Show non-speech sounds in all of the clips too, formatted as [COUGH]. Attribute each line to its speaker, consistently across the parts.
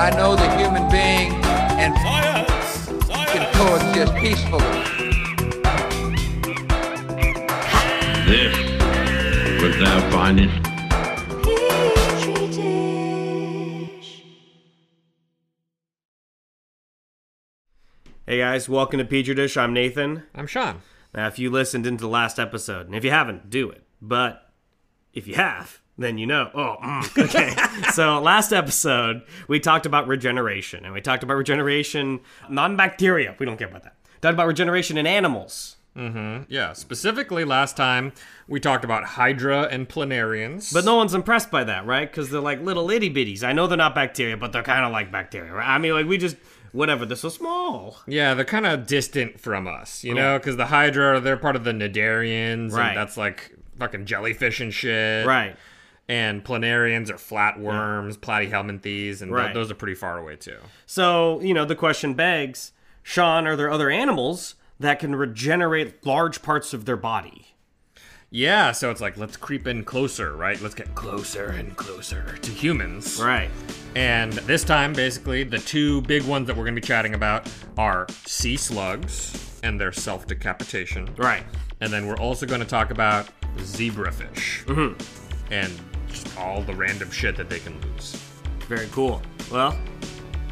Speaker 1: I know the human being and
Speaker 2: Science!
Speaker 1: f***ing
Speaker 2: Science!
Speaker 1: coexist peacefully.
Speaker 3: This was thou findest.
Speaker 4: Hey guys, welcome to Petri Dish. I'm Nathan.
Speaker 5: I'm Sean.
Speaker 4: Now, if you listened into the last episode, and if you haven't, do it. But if you have, then you know. Oh, mm, [LAUGHS] okay. so, last episode, we talked about regeneration, and we talked about regeneration, non bacteria. We don't care about that. Talked about regeneration in animals.
Speaker 5: Yeah, specifically last time we talked about Hydra and Planarians.
Speaker 4: But no one's impressed by that, right? Because they're like little itty bitties. I know they're not bacteria, but they're kind of like bacteria, right? I mean, like, we just, whatever, they're so small.
Speaker 5: Yeah, they're kind of distant from us, you know, because the Hydra, they're part of the Nidarians,
Speaker 4: Right.
Speaker 5: and that's like fucking jellyfish and shit.
Speaker 4: Right.
Speaker 5: And Planarians are flatworms, platyhelminthes, and th-
Speaker 4: Right.
Speaker 5: those are pretty far away too.
Speaker 4: So, you know, the question begs Sean, are there other animals that can regenerate large parts of their body?
Speaker 5: Yeah, so it's like, let's creep in closer, right? Let's get closer and closer to humans.
Speaker 4: Right.
Speaker 5: And this time, basically, the two big ones that we're going to be chatting about are sea slugs and their self decapitation.
Speaker 4: Right.
Speaker 5: And then we're also going to talk about zebrafish
Speaker 4: Mm-hmm.
Speaker 5: and just all the random shit that they can lose.
Speaker 4: Very cool. Well,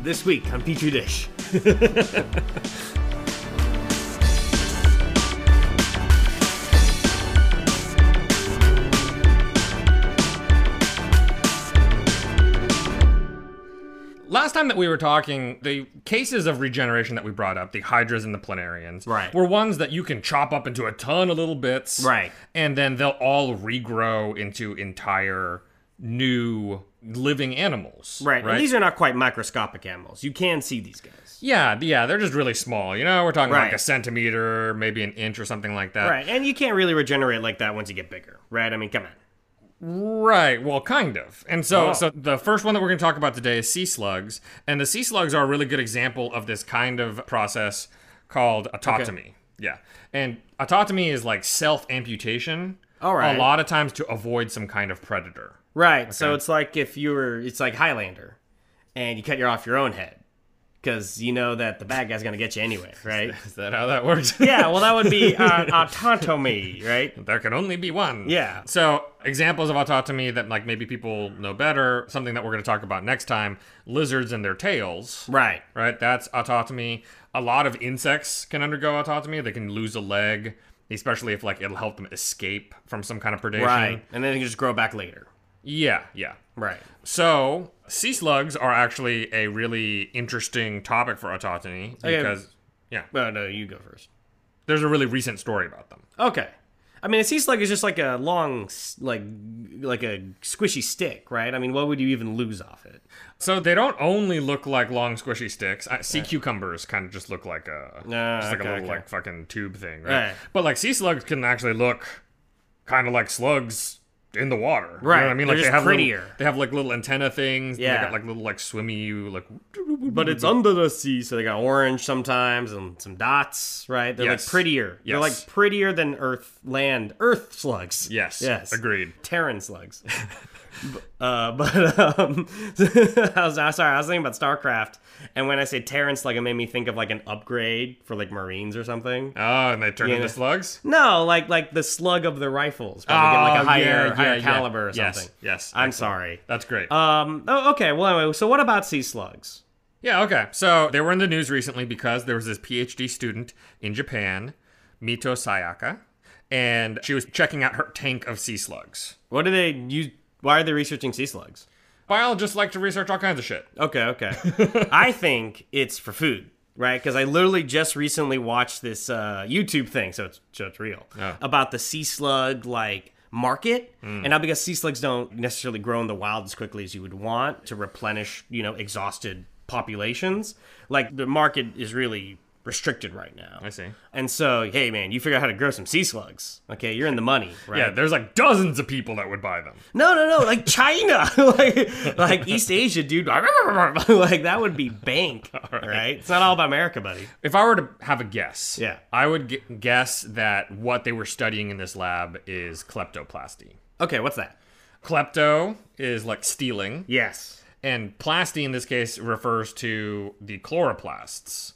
Speaker 4: this week on Petri [LAUGHS] Dish.
Speaker 5: Last time that we were talking, the cases of regeneration that we brought up, the hydras and the planarians,
Speaker 4: Right.
Speaker 5: were ones that you can chop up into a ton of little bits.
Speaker 4: Right.
Speaker 5: And then they'll all regrow into entire new living animals.
Speaker 4: Right. And these are not quite microscopic animals. You can see these guys.
Speaker 5: Yeah, yeah, they're just really small. You know, we're talking
Speaker 4: Right.
Speaker 5: like a centimeter, maybe an inch or something like that.
Speaker 4: Right. And you can't really regenerate like that once you get bigger. Right? I mean, come on.
Speaker 5: Right, well, kind of. And so,
Speaker 4: Oh.
Speaker 5: so the first one that we're going to talk about today is sea slugs, and the sea slugs are a really good example of this kind of process called autotomy. Yeah, and autotomy is like self amputation.
Speaker 4: All right.
Speaker 5: A lot of times to avoid some kind of predator. [LAUGHS]
Speaker 4: Right. So it's like if you were, it's like Highlander, and you cut your off your own head because you know that the bad guy's gonna get you anyway, [LAUGHS] right?
Speaker 5: Is that how that works?
Speaker 4: yeah. Well, that would be uh, autotomy, right?
Speaker 5: There can only be one.
Speaker 4: Yeah.
Speaker 5: So examples of autotomy that like maybe people know better, something that we're going to talk about next time, lizards and their tails.
Speaker 4: [LAUGHS] Right.
Speaker 5: Right? That's autotomy. A lot of insects can undergo autotomy. They can lose a leg, especially if like it'll help them escape from some kind of predation.
Speaker 4: Right. And then you can just grow back later.
Speaker 5: Yeah, yeah.
Speaker 4: Right.
Speaker 5: So sea slugs are actually a really interesting topic for autotomy
Speaker 4: Okay.
Speaker 5: because yeah,
Speaker 4: Well, no, uh, you go first.
Speaker 5: there's a really recent story about them.
Speaker 4: Okay. I mean, a sea slug is just like a long, s- like like a squishy stick, right? I mean, what would you even lose off it?
Speaker 5: So they don't only look like long squishy sticks. Uh, sea cucumbers kind of just look like a
Speaker 4: Ah,
Speaker 5: just like
Speaker 4: okay,
Speaker 5: a little
Speaker 4: okay.
Speaker 5: like fucking tube thing, right?
Speaker 4: Right.
Speaker 5: But like sea slugs can actually look kind of like slugs in the water, You know
Speaker 4: Right.
Speaker 5: what I mean,
Speaker 4: They're
Speaker 5: like
Speaker 4: just
Speaker 5: they have
Speaker 4: prettier.
Speaker 5: Little, they have like little antenna things. and
Speaker 4: Yeah.
Speaker 5: They got like little like swimmy like.
Speaker 4: But it's under the sea, so they got orange sometimes and some dots, right? They're
Speaker 5: Yes.
Speaker 4: like prettier. They're
Speaker 5: Yes.
Speaker 4: like prettier than Earth land Earth slugs.
Speaker 5: Yes.
Speaker 4: Yes.
Speaker 5: Agreed.
Speaker 4: Terran slugs. B- [LAUGHS] uh, but um, [LAUGHS] I was I, sorry. I was thinking about StarCraft, and when I say Terran slug, it made me think of like an upgrade for like Marines or something.
Speaker 5: Oh, and they turn
Speaker 4: Yeah.
Speaker 5: into slugs.
Speaker 4: No, like like the slug of the rifles, probably get like
Speaker 5: Oh,
Speaker 4: a higher,
Speaker 5: yeah,
Speaker 4: higher
Speaker 5: yeah, yeah.
Speaker 4: caliber or
Speaker 5: Yes,
Speaker 4: something.
Speaker 5: yes,
Speaker 4: I'm
Speaker 5: excellent.
Speaker 4: sorry.
Speaker 5: That's great.
Speaker 4: Um. Oh, okay. Well, anyway. So what about sea slugs?
Speaker 5: Yeah, okay. So they were in the news recently because there was this PhD student in Japan, Mito Sayaka, and she was checking out her tank of sea slugs.
Speaker 4: What do they use? Why are they researching sea slugs?
Speaker 5: Biologists like to research all kinds of shit.
Speaker 4: Okay.
Speaker 5: [LAUGHS]
Speaker 4: Okay. I think it's for food. Right, because I literally just recently watched this uh, YouTube thing, so it's, so it's real
Speaker 5: Oh.
Speaker 4: about the sea slug like market,
Speaker 5: Mm.
Speaker 4: and now because sea slugs don't necessarily grow in the wild as quickly as you would want to replenish, you know, exhausted populations. Like the market is really restricted right now.
Speaker 5: I see.
Speaker 4: And so, hey man, you figure out how to grow some sea slugs. Okay, you're in the money, right?
Speaker 5: Yeah, there's like dozens of people that would buy them.
Speaker 4: No, no, no. Like China, [LAUGHS] like like East Asia, dude. [LAUGHS] like that would be bank, right. It's not [LAUGHS] all about America, buddy.
Speaker 5: If I were to have a guess,
Speaker 4: Yeah.
Speaker 5: I would gu- guess that what they were studying in this lab is kleptoplasty.
Speaker 4: Okay, what's that?
Speaker 5: Klepto is like stealing,
Speaker 4: Yes.
Speaker 5: and plasty in this case refers to the chloroplasts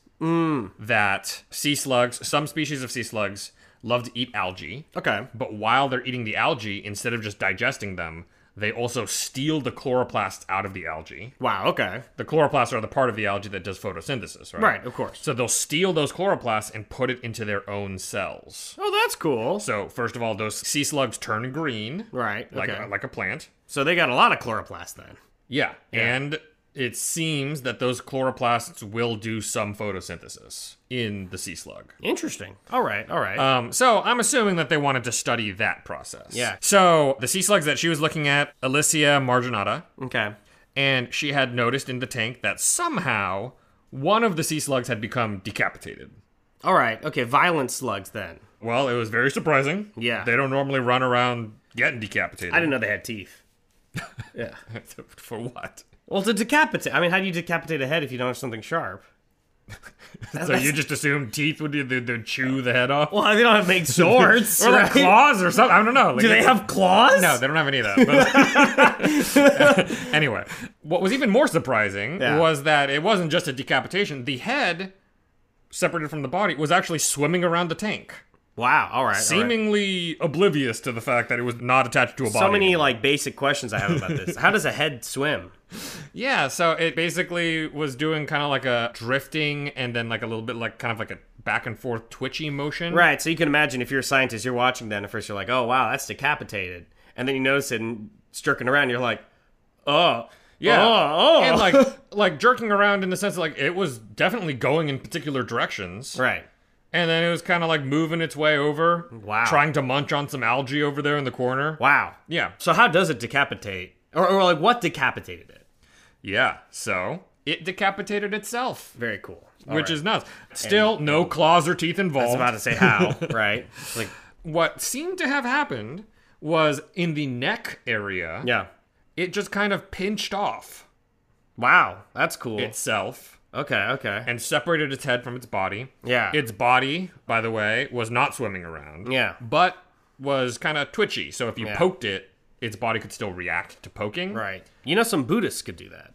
Speaker 5: that sea slugs, some species of sea slugs, love to eat algae.
Speaker 4: Okay.
Speaker 5: But while they're eating the algae, instead of just digesting them, they also steal the chloroplasts out of the algae.
Speaker 4: Wow. Okay.
Speaker 5: The chloroplasts are the part of the algae that does photosynthesis, right?
Speaker 4: Right, of course.
Speaker 5: So they'll steal those chloroplasts and put it into their own cells.
Speaker 4: Oh, that's cool.
Speaker 5: So first of all, those sea slugs turn green,
Speaker 4: Right.
Speaker 5: Like
Speaker 4: okay.
Speaker 5: like a plant.
Speaker 4: so they got a lot of chloroplast then.
Speaker 5: Yeah. And it seems that those chloroplasts will do some photosynthesis in the sea slug.
Speaker 4: Interesting. All right. All right.
Speaker 5: Um, so I'm assuming that they wanted to study that process.
Speaker 4: Yeah.
Speaker 5: So the sea slugs that she was looking at, Alicia marginata,
Speaker 4: okay.
Speaker 5: and she had noticed in the tank that somehow one of the sea slugs had become decapitated.
Speaker 4: All right. Okay. Violent slugs then.
Speaker 5: Well, it was very surprising.
Speaker 4: Yeah.
Speaker 5: They don't normally run around getting decapitated.
Speaker 4: I didn't know they had teeth.
Speaker 5: [LAUGHS] For what?
Speaker 4: Well, to decapitate. I mean, how do you decapitate a head if you don't have something sharp?
Speaker 5: So you just assumed teeth would they'd, they'd chew the head off?
Speaker 4: Well, they don't have [LAUGHS] make swords
Speaker 5: or like claws or something. I don't know. Like,
Speaker 4: Do they have claws?
Speaker 5: No, they don't have any of
Speaker 4: [LAUGHS]
Speaker 5: that. but- [LAUGHS] anyway, what was even more surprising
Speaker 4: Yeah.
Speaker 5: was that it wasn't just a decapitation. The head, separated from the body, was actually swimming around the tank,
Speaker 4: Wow. All right. all right.
Speaker 5: seemingly oblivious to the fact that it was not attached to a body.
Speaker 4: so many
Speaker 5: anymore.
Speaker 4: like basic questions I have about this. How does a head
Speaker 5: [LAUGHS]
Speaker 4: swim?
Speaker 5: yeah. So it basically was doing kind of like a drifting and then like a little bit like kind of like a back and forth twitchy motion.
Speaker 4: Right. So you can imagine if you're a scientist, you're watching that, and at first you're like, "Oh wow, that's decapitated," and then you notice it and it's jerking around. And you're like, "Oh,
Speaker 5: Yeah.
Speaker 4: oh, oh.
Speaker 5: And like [LAUGHS] like jerking around in the sense that like it was definitely going in particular
Speaker 4: [LAUGHS]
Speaker 5: directions.
Speaker 4: right."
Speaker 5: And then it was kind of like moving its way over.
Speaker 4: Wow.
Speaker 5: Trying to munch on some algae over there in the corner.
Speaker 4: Wow.
Speaker 5: Yeah.
Speaker 4: So how does it decapitate, or, or like what decapitated it?
Speaker 5: Yeah. So it decapitated itself,
Speaker 4: Very cool.
Speaker 5: which is nuts. Still, no claws or teeth
Speaker 4: I was
Speaker 5: involved.
Speaker 4: about to say how, right? Like,
Speaker 5: [LAUGHS] what seemed to have happened was in the neck area,
Speaker 4: yeah.
Speaker 5: it just kind of pinched off
Speaker 4: Wow, that's cool.
Speaker 5: itself
Speaker 4: okay, okay.
Speaker 5: and separated its head from its body.
Speaker 4: yeah.
Speaker 5: Its body, by the way, was not swimming around.
Speaker 4: Yeah.
Speaker 5: But was kind of twitchy. So if you
Speaker 4: Yeah.
Speaker 5: poked it, its body could still react to poking.
Speaker 4: right. You know, some Buddhists could do that.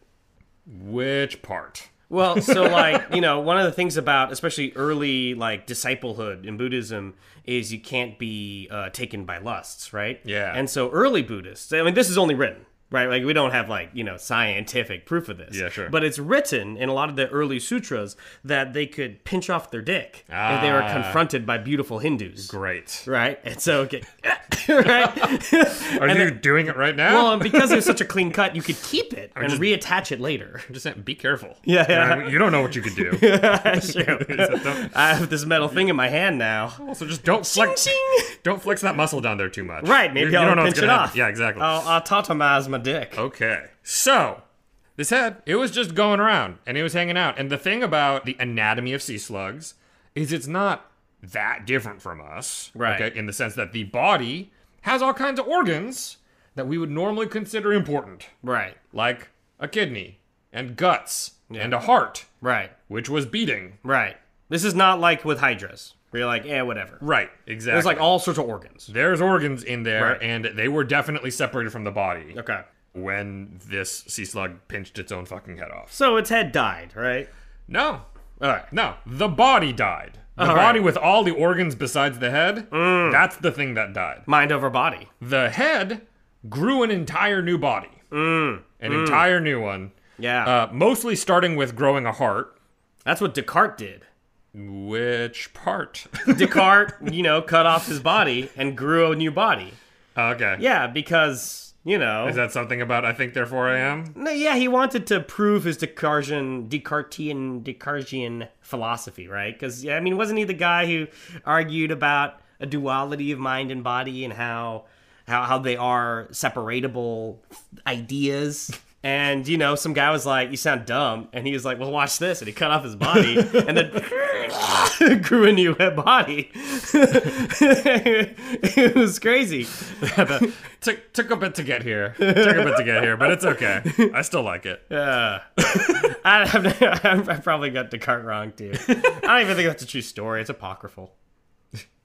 Speaker 5: Which part?
Speaker 4: Well,
Speaker 5: [LAUGHS]
Speaker 4: so like, you know, one of the things about especially early like disciplehood in Buddhism is you can't be uh, taken by lusts, right?
Speaker 5: Yeah.
Speaker 4: And so early Buddhists, I mean, this is only written, right? Like we don't have like, you know, scientific proof of this.
Speaker 5: Yeah, sure.
Speaker 4: But it's written in a lot of the early sutras that they could pinch off their dick if they were
Speaker 5: Ah.
Speaker 4: confronted by beautiful Hindus.
Speaker 5: Great.
Speaker 4: Right? And so okay. [LAUGHS] right?
Speaker 5: Are you doing it right now?
Speaker 4: well, and because it was such a clean cut, you could keep it and reattach it
Speaker 5: [LAUGHS]
Speaker 4: later. [LAUGHS]
Speaker 5: I'm just saying, be careful.
Speaker 4: Yeah, yeah.
Speaker 5: You, know, you don't know what you
Speaker 4: [LAUGHS]
Speaker 5: could do. [LAUGHS]
Speaker 4: That's true. I have this metal thing in my hand now.
Speaker 5: also, just don't flex.
Speaker 4: ching.
Speaker 5: Don't flex that muscle down there too much.
Speaker 4: Right, maybe I'll
Speaker 5: what's
Speaker 4: pinch
Speaker 5: gonna
Speaker 4: it
Speaker 5: happen.
Speaker 4: off.
Speaker 5: Yeah, exactly. Oh.
Speaker 4: I'll autotomize my dick.
Speaker 5: Okay. So, this head, it was just going around and it was hanging out. And the thing about the anatomy of sea slugs is it's not that different from us.
Speaker 4: Right.
Speaker 5: Okay, in the sense that the body has all kinds of organs that we would normally consider important,
Speaker 4: Right,
Speaker 5: like a kidney and guts and a heart,
Speaker 4: right,
Speaker 5: which was beating.
Speaker 4: right. This is not like with hydras. Where you're like, eh, whatever.
Speaker 5: Right, exactly.
Speaker 4: There's like all sorts of organs.
Speaker 5: There's organs in there,
Speaker 4: Right.
Speaker 5: and they were definitely separated from the body
Speaker 4: Okay.
Speaker 5: when this sea slug pinched its own fucking head off.
Speaker 4: So its head died, right?
Speaker 5: No,
Speaker 4: All right.
Speaker 5: No, the body died. The
Speaker 4: All
Speaker 5: body
Speaker 4: right. Mm.
Speaker 5: with all the organs besides the head, that's the thing that died.
Speaker 4: Mind over body.
Speaker 5: The head grew an entire new body.
Speaker 4: Mm.
Speaker 5: An entire new one.
Speaker 4: Yeah.
Speaker 5: Uh, mostly starting with growing a heart.
Speaker 4: That's what Descartes did.
Speaker 5: Which part? [LAUGHS]
Speaker 4: Descartes, you know, cut off his body and grew a new body.
Speaker 5: okay.
Speaker 4: Yeah, because, you know.
Speaker 5: Is that something about I think therefore I am?
Speaker 4: No, yeah, he wanted to prove his Descartian, Descartian, Descartian philosophy, right? Because yeah, I mean, wasn't he the guy who argued about a duality of mind and body and how how how they are separatable ideas? And you know, some guy was like, "You sound dumb," and he was like, "Well, watch this," and he cut off his body, and then [LAUGHS] grew a new body. [LAUGHS] it was crazy.
Speaker 5: Took took a bit to get here. Took a bit to get here, but
Speaker 4: [LAUGHS]
Speaker 5: it's okay. I still like it.
Speaker 4: I, I've, [LAUGHS] I probably got Descartes wrong too. I don't even think that's a true story. It's
Speaker 5: [LAUGHS]
Speaker 4: apocryphal.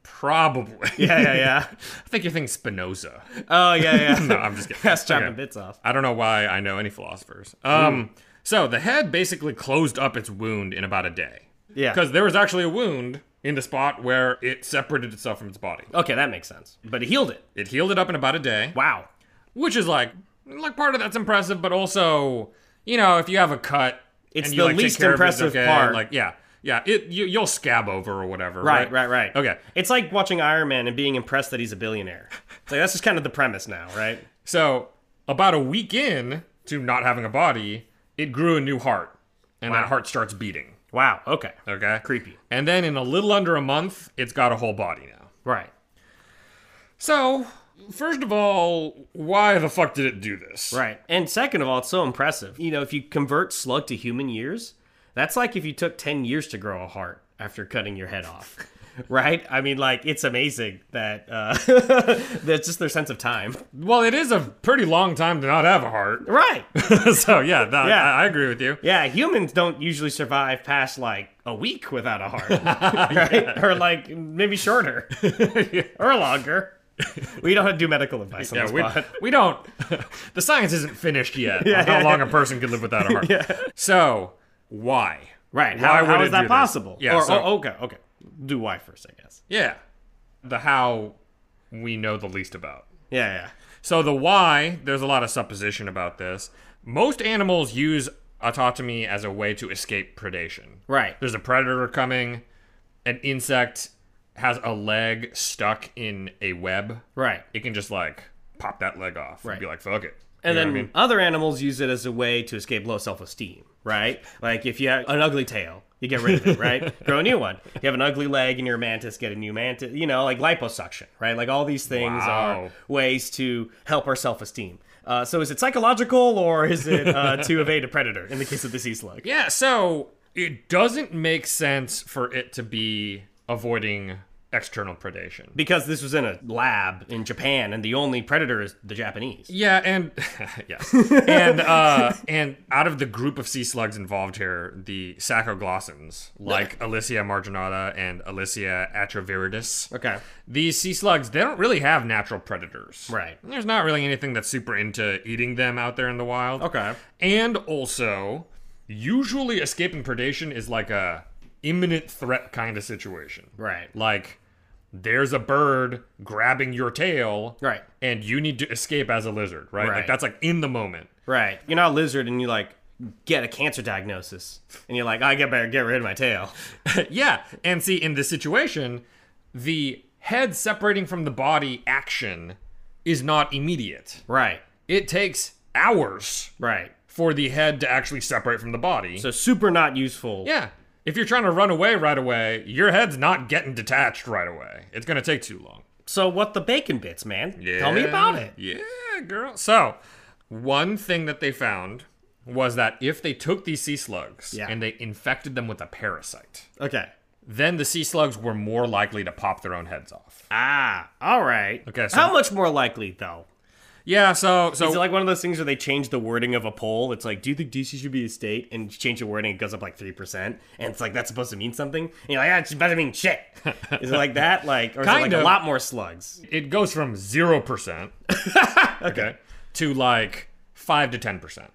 Speaker 5: Probably.
Speaker 4: Yeah, yeah, yeah.
Speaker 5: [LAUGHS] I think you're
Speaker 4: [LAUGHS]
Speaker 5: thinking Spinoza.
Speaker 4: Oh, yeah, yeah.
Speaker 5: [LAUGHS]
Speaker 4: [LAUGHS]
Speaker 5: No, I'm just kidding.
Speaker 4: That's chopping
Speaker 5: Okay.
Speaker 4: bits off.
Speaker 5: I don't know why I know any philosophers.
Speaker 4: Hmm.
Speaker 5: Um, so the head basically closed up its wound in about a day.
Speaker 4: Yeah.
Speaker 5: Because there was actually a wound in the spot where it separated itself from its body.
Speaker 4: Okay, that makes sense. But he healed it.
Speaker 5: It healed it up in about a day,
Speaker 4: Wow.
Speaker 5: which is like, like part of that's impressive, but also, you know, if you have a cut,
Speaker 4: It's
Speaker 5: and you,
Speaker 4: the
Speaker 5: like, take
Speaker 4: least
Speaker 5: care of it, it's
Speaker 4: impressive
Speaker 5: okay,
Speaker 4: part.
Speaker 5: Like, yeah, yeah, it you, you'll scab over or whatever.
Speaker 4: Right, right, right.
Speaker 5: Okay,
Speaker 4: It's like watching Iron Man and being impressed that he's a billionaire. It's like that's just kind of the premise now, right?
Speaker 5: So, about a week in to not having a body, it grew a new heart, and that heart starts beating.
Speaker 4: Wow. Okay.
Speaker 5: Okay?
Speaker 4: Creepy.
Speaker 5: And then in a little under a month, it's got a whole body now.
Speaker 4: Right.
Speaker 5: So, first of all, why the fuck did it do this?
Speaker 4: Right. And second of all, it's so impressive. You know, if you convert slug to human years, that's like if you took 10 years to grow a heart after cutting your head [LAUGHS] off. Right? I mean, like, it's amazing that uh, [LAUGHS] that's just their sense of time.
Speaker 5: Well, it is a pretty long time to not have a heart. [LAUGHS]
Speaker 4: Right.
Speaker 5: so, yeah, that,
Speaker 4: Yeah.
Speaker 5: I, I agree with you.
Speaker 4: Yeah, humans don't usually survive past like a week without a [LAUGHS] heart, right? Or like maybe shorter [LAUGHS] or longer. We don't do medical advice on
Speaker 5: Yeah,
Speaker 4: this
Speaker 5: we,
Speaker 4: pod.
Speaker 5: [LAUGHS] we don't. the science isn't finished yet on how
Speaker 4: [LAUGHS]
Speaker 5: long a person could live without a heart. So, why?
Speaker 4: [LAUGHS] Right?
Speaker 5: Why
Speaker 4: How,
Speaker 5: would
Speaker 4: how
Speaker 5: it
Speaker 4: is that
Speaker 5: do this?
Speaker 4: possible?
Speaker 5: Yeah,
Speaker 4: Or,
Speaker 5: so-
Speaker 4: oh, okay, okay. Do why first, I guess.
Speaker 5: Yeah. The how we know the least about.
Speaker 4: Yeah, yeah.
Speaker 5: So the why, there's a lot of supposition about this. Most animals use autotomy as a way to escape predation.
Speaker 4: Right.
Speaker 5: There's a predator coming, an insect has a leg stuck in a web.
Speaker 4: Right.
Speaker 5: It can just like pop that leg off
Speaker 4: Right.
Speaker 5: and be like, fuck it.
Speaker 4: And
Speaker 5: You know
Speaker 4: then
Speaker 5: what I mean?
Speaker 4: other animals use it as a way to escape low self esteem, right? Like if you have an ugly tail, you get rid of it, right?
Speaker 5: [LAUGHS]
Speaker 4: Grow a new one. You have an ugly leg and you're a mantis, get a new mantis, you know, like liposuction, right? Like all these things
Speaker 5: Wow.
Speaker 4: are ways to help our self esteem. Uh, so is it psychological or is it
Speaker 5: [LAUGHS]
Speaker 4: uh, to evade a predator in the case of the sea slug?
Speaker 5: Yeah, so it doesn't make sense for it to be avoiding external predation.
Speaker 4: Because this was in a lab in Japan and the only predator is the Japanese.
Speaker 5: Yeah, and [LAUGHS] yes, and uh, and out of the group of sea slugs involved here, the sacoglossans, like Alicia marginata and Alicia atroviridis.
Speaker 4: Okay.
Speaker 5: These sea slugs, they don't really have natural predators.
Speaker 4: Right.
Speaker 5: There's not really anything that's super into eating them out there in the wild.
Speaker 4: Okay.
Speaker 5: And also, usually escaping predation is like a imminent threat kind of situation.
Speaker 4: Right.
Speaker 5: Like there's a bird grabbing your tail.
Speaker 4: Right.
Speaker 5: And you need to escape as a lizard, right?
Speaker 4: Right.
Speaker 5: Like that's like in the moment. [LAUGHS]
Speaker 4: Right. You're not a lizard and you like get a cancer diagnosis and you're like, I get better get rid of my tail.
Speaker 5: yeah. And see, in this situation, the head separating from the body action is not immediate.
Speaker 4: Right.
Speaker 5: It takes hours
Speaker 4: Right.
Speaker 5: for the head to actually separate from the body.
Speaker 4: So super not useful.
Speaker 5: Yeah. If you're trying to run away right away, your head's not getting detached right away. It's going to take too long.
Speaker 4: So what the bacon bits, man? Tell me about it.
Speaker 5: Yeah, girl. So, one thing that they found was that if they took these sea slugs
Speaker 4: Yeah.
Speaker 5: and they infected them with a parasite,
Speaker 4: Okay.
Speaker 5: then the sea slugs were more likely to pop their own heads off.
Speaker 4: Ah, all right.
Speaker 5: Okay, so-
Speaker 4: How much more likely though?
Speaker 5: Yeah, so so
Speaker 4: Is it like one of those things where they change the wording of a poll? It's like, do you think DC should be a state? And you change the wording, it goes up like three percent, and it's like that's supposed to mean something. And you're like, ah, it's supposed to mean [LAUGHS] shit. is it like that? Like, or is it
Speaker 5: Kind
Speaker 4: like a
Speaker 5: of.
Speaker 4: lot more slugs?
Speaker 5: it goes from 0% [LAUGHS] okay to like 5 to 10%.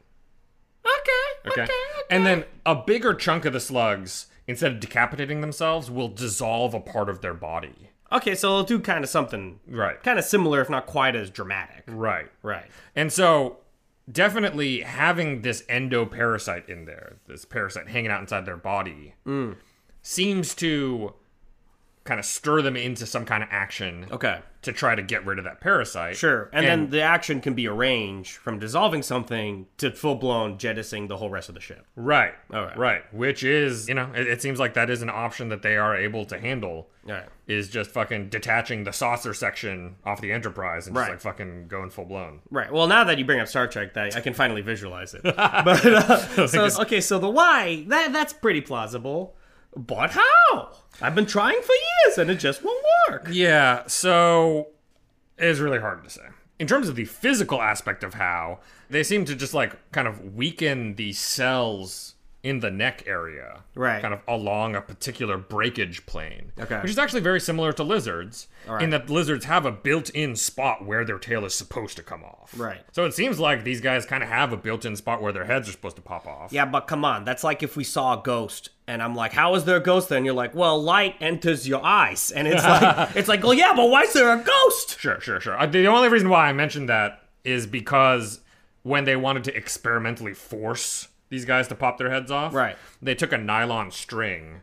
Speaker 4: Okay.
Speaker 5: Okay. And then a bigger chunk of the slugs, instead of decapitating themselves, will dissolve a part of their body.
Speaker 4: Okay, so it'll do kind of something,
Speaker 5: Right.
Speaker 4: Kind of similar, if not quite as dramatic.
Speaker 5: Right.
Speaker 4: Right.
Speaker 5: And so definitely having this endoparasite in
Speaker 4: Mm.
Speaker 5: there, this parasite hanging out inside their body, seems to kind of stir them into some kind of action
Speaker 4: Okay.
Speaker 5: to try to get rid of that parasite.
Speaker 4: Sure. And, then the action can be arranged from dissolving something to full blown jettisoning the whole rest of the ship.
Speaker 5: Right.
Speaker 4: All right.
Speaker 5: Right. Which is, you know, it, it seems like that is an option that they are able to handle.
Speaker 4: All right.
Speaker 5: Is just fucking detaching the saucer section off the Enterprise and
Speaker 4: Right.
Speaker 5: just like fucking going full blown.
Speaker 4: Right. Well, now that you bring up Star Trek, that I can finally visualize [LAUGHS] it. but [LAUGHS] uh, so okay, so the why that that's pretty plausible, but how? I've been trying for years and it just won't work.
Speaker 5: Yeah, so it's really hard to say. In terms of the physical aspect of how, they seem to just like kind of weaken the cells in the neck area.
Speaker 4: Right.
Speaker 5: Kind of along a particular breakage plane.
Speaker 4: Okay.
Speaker 5: Which is actually very similar to lizards, in that lizards have a built in spot where their tail is supposed to come off.
Speaker 4: Right.
Speaker 5: So it seems like these guys kind of have a built in spot where their heads are supposed to pop off.
Speaker 4: Yeah, but come on, that's like if we saw a ghost and I'm like, how is there a ghost? Then you're like, well, light enters your eyes, and it's [LAUGHS] like it's like, well, yeah, but why is there a ghost?
Speaker 5: Sure, sure, sure. Uh, The only reason why I mentioned that is because when they wanted to experimentally force these guys to pop their heads off,
Speaker 4: Right.
Speaker 5: They took a nylon string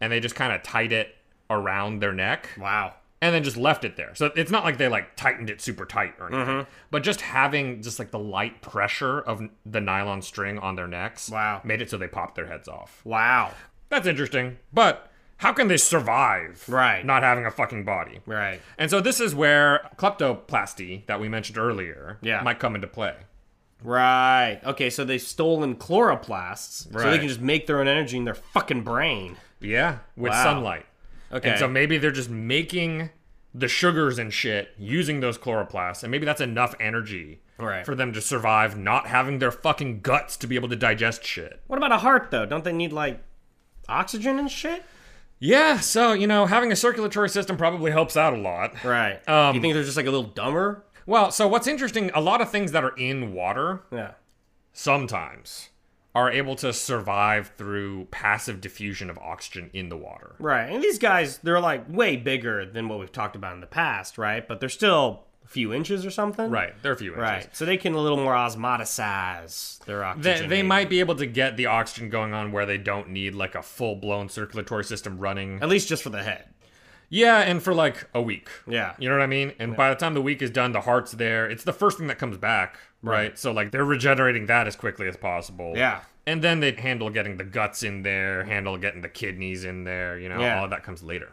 Speaker 5: and they just kind of tied it around their neck.
Speaker 4: Wow.
Speaker 5: And then just left it there. So it's not like they like tightened it super tight or anything.
Speaker 4: Mm-hmm.
Speaker 5: But just having just like the light pressure of n- the nylon string on their necks
Speaker 4: Wow.
Speaker 5: made it so they popped their heads off.
Speaker 4: Wow.
Speaker 5: That's interesting. But how can they survive
Speaker 4: Right.
Speaker 5: not having a fucking body?
Speaker 4: Right.
Speaker 5: And so this is where kleptoplasty that we mentioned earlier
Speaker 4: Yeah.
Speaker 5: might come into play.
Speaker 4: Right. Okay, so they've stolen chloroplasts, so they
Speaker 5: Right.
Speaker 4: can just make their own energy in their fucking brain.
Speaker 5: Yeah, with
Speaker 4: Wow.
Speaker 5: sunlight.
Speaker 4: Okay.
Speaker 5: And so maybe they're just making the sugars and shit using those chloroplasts, and maybe that's enough energy
Speaker 4: Right.
Speaker 5: for them to survive not having their fucking guts to be able to digest shit.
Speaker 4: What about a heart though? Don't they need like oxygen and shit?
Speaker 5: Yeah, so you know, having a circulatory system probably helps out a lot.
Speaker 4: Right.
Speaker 5: Um,
Speaker 4: you think they're just like a little dumber?
Speaker 5: Well, so what's interesting, a lot of things that are in water
Speaker 4: Yeah.
Speaker 5: sometimes are able to survive through passive diffusion of oxygen in the water.
Speaker 4: Right. And these guys, they're like way bigger than what we've talked about in the past, right? But they're still a few inches or something.
Speaker 5: Right, they're a few inches.
Speaker 4: Right. So they can a little more osmoticize their oxygen.
Speaker 5: They, they
Speaker 4: maybe.
Speaker 5: might be able to get the oxygen going on where they don't need like a full blown circulatory system running.
Speaker 4: At least just for the head.
Speaker 5: Yeah, and for like a week.
Speaker 4: Yeah.
Speaker 5: You know what I mean? And by the time the week is done, the heart's there. It's the first thing that comes back, right? So like they're regenerating that as quickly as possible.
Speaker 4: Yeah.
Speaker 5: And then they handle getting the guts in there, handle getting the kidneys in there, you know,
Speaker 4: Yeah.
Speaker 5: all of that comes later.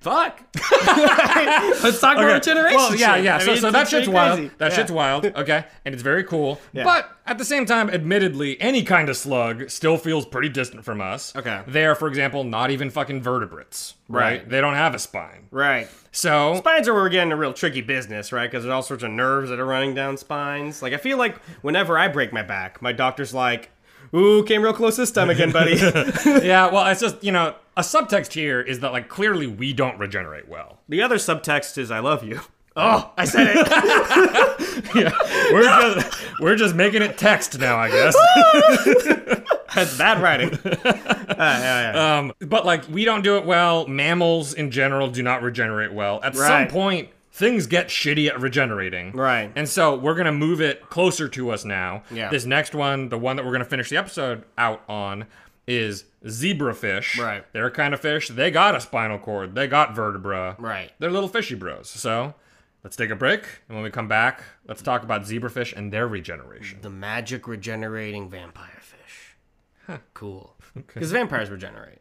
Speaker 4: [LAUGHS] Fuck. Let's talk about regeneration.
Speaker 5: Well, yeah,
Speaker 4: shit.
Speaker 5: yeah.
Speaker 4: I
Speaker 5: so,
Speaker 4: mean,
Speaker 5: so
Speaker 4: it's
Speaker 5: that
Speaker 4: pretty
Speaker 5: shit's wild.
Speaker 4: crazy.
Speaker 5: That
Speaker 4: Yeah. [LAUGHS]
Speaker 5: shit's wild. Okay, and it's very cool. But at the same time, admittedly, any kind of slug still feels pretty distant from us.
Speaker 4: Okay.
Speaker 5: They are, for example, not even fucking vertebrates. Right.
Speaker 4: Right.
Speaker 5: They don't have a spine.
Speaker 4: Right.
Speaker 5: So
Speaker 4: Spines are where we're getting a real tricky business, right? Because there's all sorts of nerves that are running down spines. Like, I feel like whenever I break my back, my doctor's like, Ooh, came real close this time again,
Speaker 5: [LAUGHS]
Speaker 4: buddy.
Speaker 5: yeah, well, it's just you know a subtext here is that like clearly we don't regenerate well.
Speaker 4: [LAUGHS] the other subtext is, I love you. Oh, I said it. [LAUGHS]
Speaker 5: We're just we're just making it text now,
Speaker 4: [LAUGHS]
Speaker 5: I guess.
Speaker 4: That's bad
Speaker 5: [LAUGHS]
Speaker 4: writing. Uh,
Speaker 5: Um, but like we don't do it well. Mammals in general do not regenerate well. At some
Speaker 4: Right.
Speaker 5: point, things get shitty at regenerating.
Speaker 4: Right.
Speaker 5: And so we're gonna move it closer to us now.
Speaker 4: Yeah.
Speaker 5: This next one, the one that we're gonna finish the episode out on, is zebrafish.
Speaker 4: Right.
Speaker 5: They're a kind of fish. They got a spinal cord. They got vertebra.
Speaker 4: Right.
Speaker 5: They're little fishy bros. So. Let's take a break, and when we come back, let's talk about zebrafish and their regeneration.
Speaker 4: The magic regenerating vampire fish. Cool. Because vampires regenerate.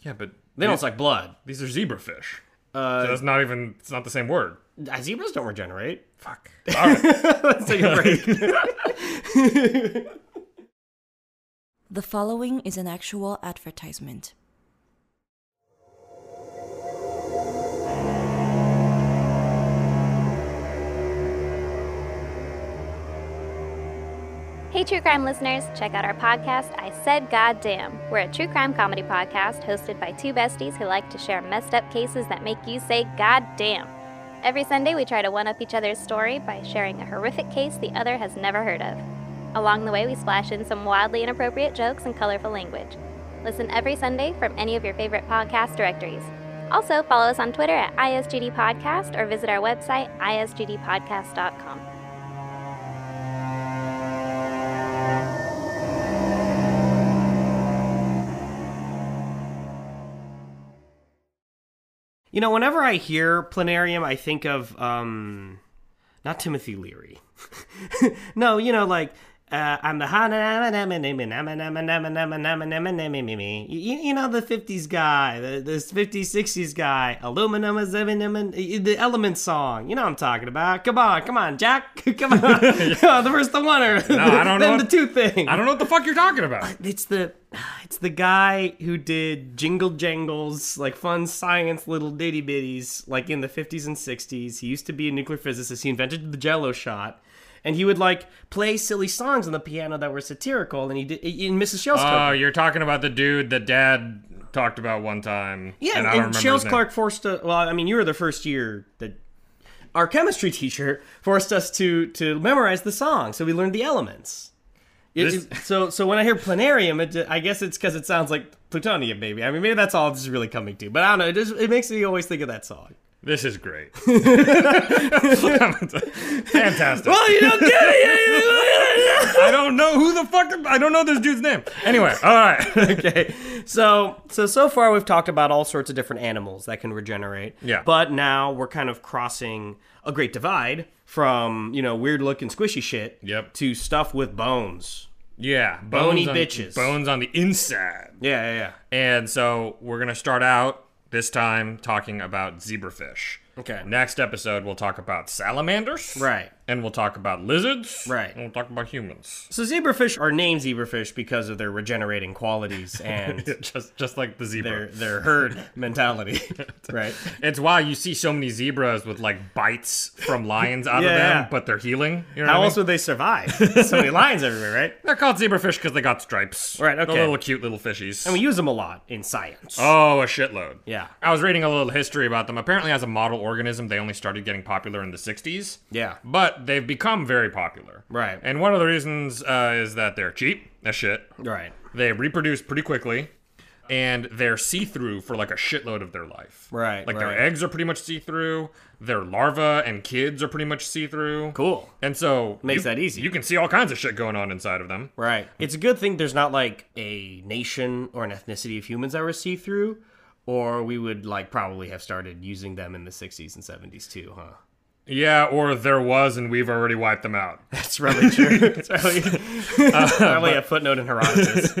Speaker 5: Yeah, but
Speaker 4: They don't suck blood.
Speaker 5: These are zebrafish. Uh, so that's not even. It's not the same word.
Speaker 4: Uh, Zebras don't regenerate.
Speaker 5: Fuck.
Speaker 4: [LAUGHS] Let's take a break.
Speaker 5: [LAUGHS]
Speaker 6: The following is an actual advertisement.
Speaker 7: Hey, true crime listeners, check out our podcast, I Said Goddamn. We're a true crime comedy podcast hosted by two besties who like to share messed up cases that make you say goddamn. Every Sunday, we try to one up each other's story by sharing a horrific case the other has never heard of. Along the way, we splash in some wildly inappropriate jokes and colorful language. Listen every Sunday from any of your favorite podcast directories. Also, follow us on Twitter at ISGD Podcast or visit our website, isgdpodcast.com.
Speaker 4: You know, whenever I hear planarium, I think of um, not Timothy Leary. no, you know, like uh, I'm the you, you know the '50s guy, the this '50s '60s guy, aluminum is aluminum, the Element song. You know what I'm talking about. Come on, come on, Jack. come on, come on the first the one or
Speaker 5: No, I don't
Speaker 4: then
Speaker 5: know.
Speaker 4: the two thing.
Speaker 5: I don't know what the fuck you're talking about.
Speaker 4: [LAUGHS] It's the it's the guy who did Jingle Jangles, like fun science little ditty bitties, like in the 50s and 60s. He used to be a nuclear physicist. He invented the Jello shot. And he would like play silly songs on the piano that were satirical, and he did in Mrs. Shell's
Speaker 5: Oh, you're talking about the dude that dad talked about one time.
Speaker 4: Yeah,
Speaker 5: and,
Speaker 4: and,
Speaker 5: I don't remember
Speaker 4: Shales
Speaker 5: his name.
Speaker 4: Clark forced us. Well, I mean, you were the first year that our chemistry teacher forced us to to memorize the song, so we learned the elements. It-
Speaker 5: This-
Speaker 4: it- so, so when I hear planarium, it, ju- I guess it's because it sounds like plutonium, maybe. I mean, maybe that's all it's really coming to. But I don't know. It just it makes me always think of that song.
Speaker 5: This
Speaker 4: [LAUGHS]
Speaker 5: is great. [LAUGHS] Fantastic.
Speaker 4: Well, you don't get it.
Speaker 5: I don't know who the fuck. I don't know this dude's name. Anyway, all
Speaker 4: [LAUGHS]
Speaker 5: right. [LAUGHS]
Speaker 4: okay. So so so far we've talked about all sorts of different animals that can regenerate.
Speaker 5: Yeah.
Speaker 4: But now we're kind of crossing a great divide from, you know, weird looking squishy shit
Speaker 5: Yep.
Speaker 4: to stuff with bones.
Speaker 5: Yeah,
Speaker 4: Bony
Speaker 5: bones on-
Speaker 4: bitches.
Speaker 5: Bones on the inside.
Speaker 4: Yeah, yeah, yeah.
Speaker 5: And so we're gonna start out this time talking about zebrafish.
Speaker 4: Okay.
Speaker 5: Next episode we'll talk about salamanders.
Speaker 4: Right.
Speaker 5: And we'll talk about lizards.
Speaker 4: Right.
Speaker 5: And we'll talk about humans.
Speaker 4: So zebrafish are named zebrafish because of their regenerating
Speaker 5: [LAUGHS]
Speaker 4: qualities and
Speaker 5: Just just like the
Speaker 4: their
Speaker 5: zebra.
Speaker 4: their herd
Speaker 5: [LAUGHS]
Speaker 4: mentality. right.
Speaker 5: It's why you see so many zebras with like bites from lions out
Speaker 4: Yeah,
Speaker 5: of them,
Speaker 4: yeah.
Speaker 5: but they're healing. You know what I
Speaker 4: How
Speaker 5: mean?
Speaker 4: else would they survive? so
Speaker 5: [LAUGHS]
Speaker 4: many lions everywhere, right?
Speaker 5: They're called zebrafish because they got stripes.
Speaker 4: Right, okay.
Speaker 5: They're little cute little fishies.
Speaker 4: And we use them a lot in science.
Speaker 5: Oh, a shitload.
Speaker 4: Yeah.
Speaker 5: I was reading a little history about them. Apparently, as a model organism, they only started getting popular in the 60s.
Speaker 4: Yeah.
Speaker 5: But they've become very popular.
Speaker 4: Right.
Speaker 5: And one of the reasons uh, is that they're cheap as shit.
Speaker 4: Right.
Speaker 5: They reproduce pretty quickly. And they're see through for like a shitload of their life.
Speaker 4: Right,
Speaker 5: Like
Speaker 4: right.
Speaker 5: their eggs are pretty much see through. Their larvae and kids are pretty much see through.
Speaker 4: Cool.
Speaker 5: And so.
Speaker 4: Makes
Speaker 5: you-
Speaker 4: that easy.
Speaker 5: You can see all kinds of shit going on inside of them.
Speaker 4: Right. It's a good thing there's not like a nation or an ethnicity of humans that were see through, or we would like probably have started using them in the 60s and 70s too, huh?
Speaker 5: Yeah, or there was, and we've already wiped
Speaker 4: [LAUGHS]
Speaker 5: them out.
Speaker 4: [LAUGHS] That's really true. That's [LAUGHS] really, probably a footnote in Herodotus.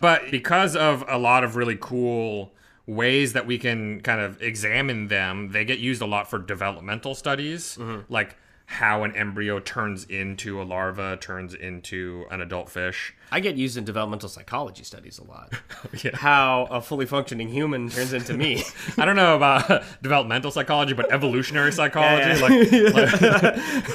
Speaker 5: But because of a lot of really cool ways that we can kind of examine them, they get used a lot for developmental studies,
Speaker 4: Mm-hmm.
Speaker 5: like how an embryo turns into a larva, turns into an adult fish.
Speaker 4: I get used in developmental psychology studies a [LAUGHS] lot. How a fully functioning human turns into me.
Speaker 5: I don't know about [LAUGHS] developmental psychology, but evolutionary psychology.
Speaker 4: [LAUGHS]
Speaker 5: Like,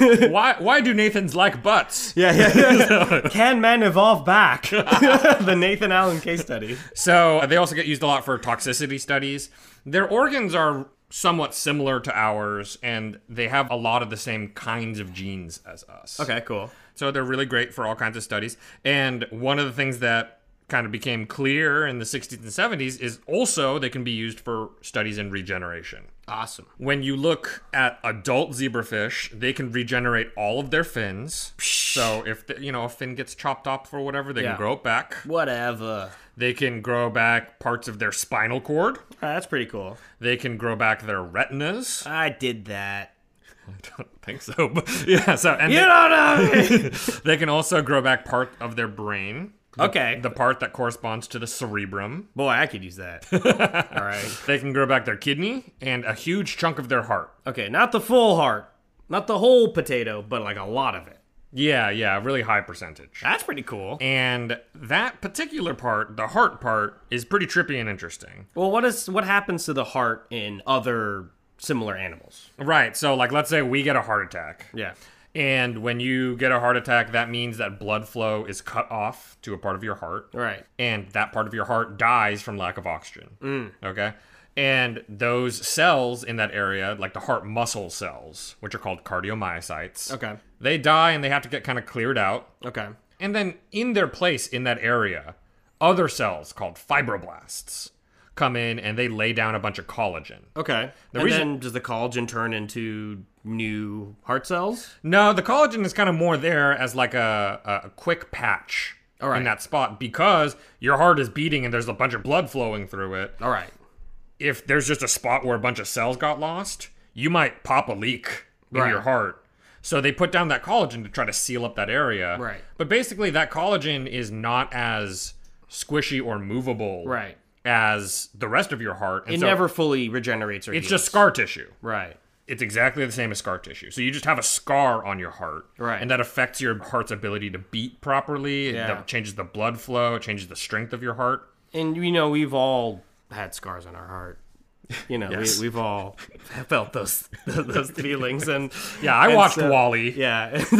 Speaker 5: [LAUGHS] like why why do Nathans like butts?
Speaker 4: [LAUGHS] yeah, [LAUGHS] yeah. Can men evolve back? [LAUGHS] the Nathan Allen case study.
Speaker 5: So uh, they also get used a lot for toxicity studies. Their organs are somewhat similar to ours, and they have a lot of the same kinds of genes as us.
Speaker 4: Okay, cool.
Speaker 5: So they're really great for all kinds of studies. And one of the things that kind of became clear in the 60s and 70s is also they can be used for studies in regeneration.
Speaker 4: Awesome.
Speaker 5: When you look at adult zebrafish, they can regenerate all of their fins. So if the, you know a fin gets chopped off or whatever, they
Speaker 4: Yeah.
Speaker 5: can grow it back.
Speaker 4: Whatever.
Speaker 5: They can grow back parts of their spinal cord.
Speaker 4: Ah, that's pretty cool.
Speaker 5: They can grow back their retinas. [LAUGHS] I
Speaker 4: I did that.
Speaker 5: don't think so, but [LAUGHS] yeah. So and
Speaker 4: You
Speaker 5: they-
Speaker 4: don't know me!
Speaker 5: they can also grow back part of their brain. The-
Speaker 4: Okay.
Speaker 5: The part that corresponds to the cerebrum.
Speaker 4: Boy, I could use that.
Speaker 5: [LAUGHS]
Speaker 4: All right.
Speaker 5: They can grow back their kidney and a huge chunk of their heart.
Speaker 4: Okay, not the full heart, not the whole potato, but like a lot of it.
Speaker 5: Yeah, yeah, a really high percentage.
Speaker 4: That's pretty cool.
Speaker 5: And that particular part, the heart part, is pretty trippy and interesting.
Speaker 4: Well, what is what happens to the heart in other similar animals?
Speaker 5: Right, so like let's say we get a heart attack.
Speaker 4: Yeah.
Speaker 5: And when you get a heart attack, that means that blood flow is cut off to a part of your heart.
Speaker 4: Right.
Speaker 5: And that part of your heart dies from lack of oxygen.
Speaker 4: Mm.
Speaker 5: Okay. And those cells in that area, like the heart muscle cells, which are called cardiomyocytes,
Speaker 4: Okay.
Speaker 5: they die and they have to get kind of cleared out.
Speaker 4: Okay.
Speaker 5: And then in their place in that area, other cells called fibroblasts come in and they lay down a bunch of collagen.
Speaker 4: Okay.
Speaker 5: The
Speaker 4: and
Speaker 5: reason-
Speaker 4: then does the collagen turn into new heart cells?
Speaker 5: No, the collagen is kind of more there as like a, a- a quick patch
Speaker 4: All right.
Speaker 5: in that spot because your heart is beating and there's a bunch of blood flowing through it.
Speaker 4: All right.
Speaker 5: if there's just a spot where a bunch of cells got lost, you might pop a leak in
Speaker 4: Right.
Speaker 5: your heart. So they put down that collagen to try to seal up that area.
Speaker 4: Right.
Speaker 5: But basically, that collagen is not as squishy or movable.
Speaker 4: Right.
Speaker 5: As the rest of your heart. And
Speaker 4: It
Speaker 5: so
Speaker 4: never fully regenerates or
Speaker 5: It's
Speaker 4: heals.
Speaker 5: just scar tissue.
Speaker 4: Right.
Speaker 5: It's exactly the same as scar tissue. So you just have a scar on your heart.
Speaker 4: Right.
Speaker 5: And that affects your heart's ability to beat properly.
Speaker 4: Yeah.
Speaker 5: It changes the blood flow. It changes the strength of your heart.
Speaker 4: And you know, we've all had scars on our heart. You know,
Speaker 5: Yes.
Speaker 4: we, we've all felt those [LAUGHS] those feelings, and
Speaker 5: Yeah, I
Speaker 4: and
Speaker 5: watched
Speaker 4: so-
Speaker 5: Wally.
Speaker 4: Yeah, [LAUGHS]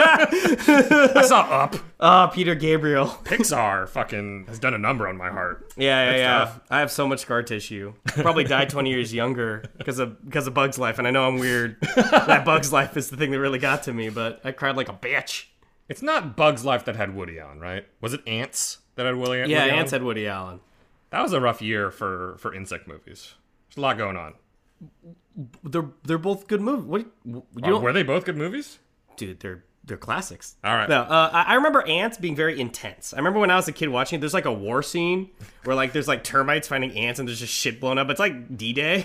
Speaker 5: I saw Up.
Speaker 4: Ah, Peter Gabriel.
Speaker 5: Pixar fucking has done a number on my heart.
Speaker 4: Yeah, yeah, yeah. I have so much scar tissue. Probably [LAUGHS] died 20 years younger because of because of Bugs Life, and I know I'm weird. that Bugs Life is the thing that really got to me, but I cried like a bitch.
Speaker 5: It's not Bugs Life that had Woody on, right? Was it Ants that had Woody,
Speaker 4: Yeah,
Speaker 5: Woody
Speaker 4: Ants
Speaker 5: on?
Speaker 4: had Woody Allen.
Speaker 5: That was a rough year for for insect movies. There's a lot going on.
Speaker 4: They're they're both good movies. What you
Speaker 5: Uh,
Speaker 4: don't-
Speaker 5: were they both good movies?
Speaker 4: dude, they're they're classics.
Speaker 5: All right.
Speaker 4: No, uh, I I remember ants being very intense. I remember when I was a kid watching it. There's like a war scene where like there's like termites finding ants and there's just shit blown up. It's like
Speaker 5: [LAUGHS]
Speaker 4: D-Day,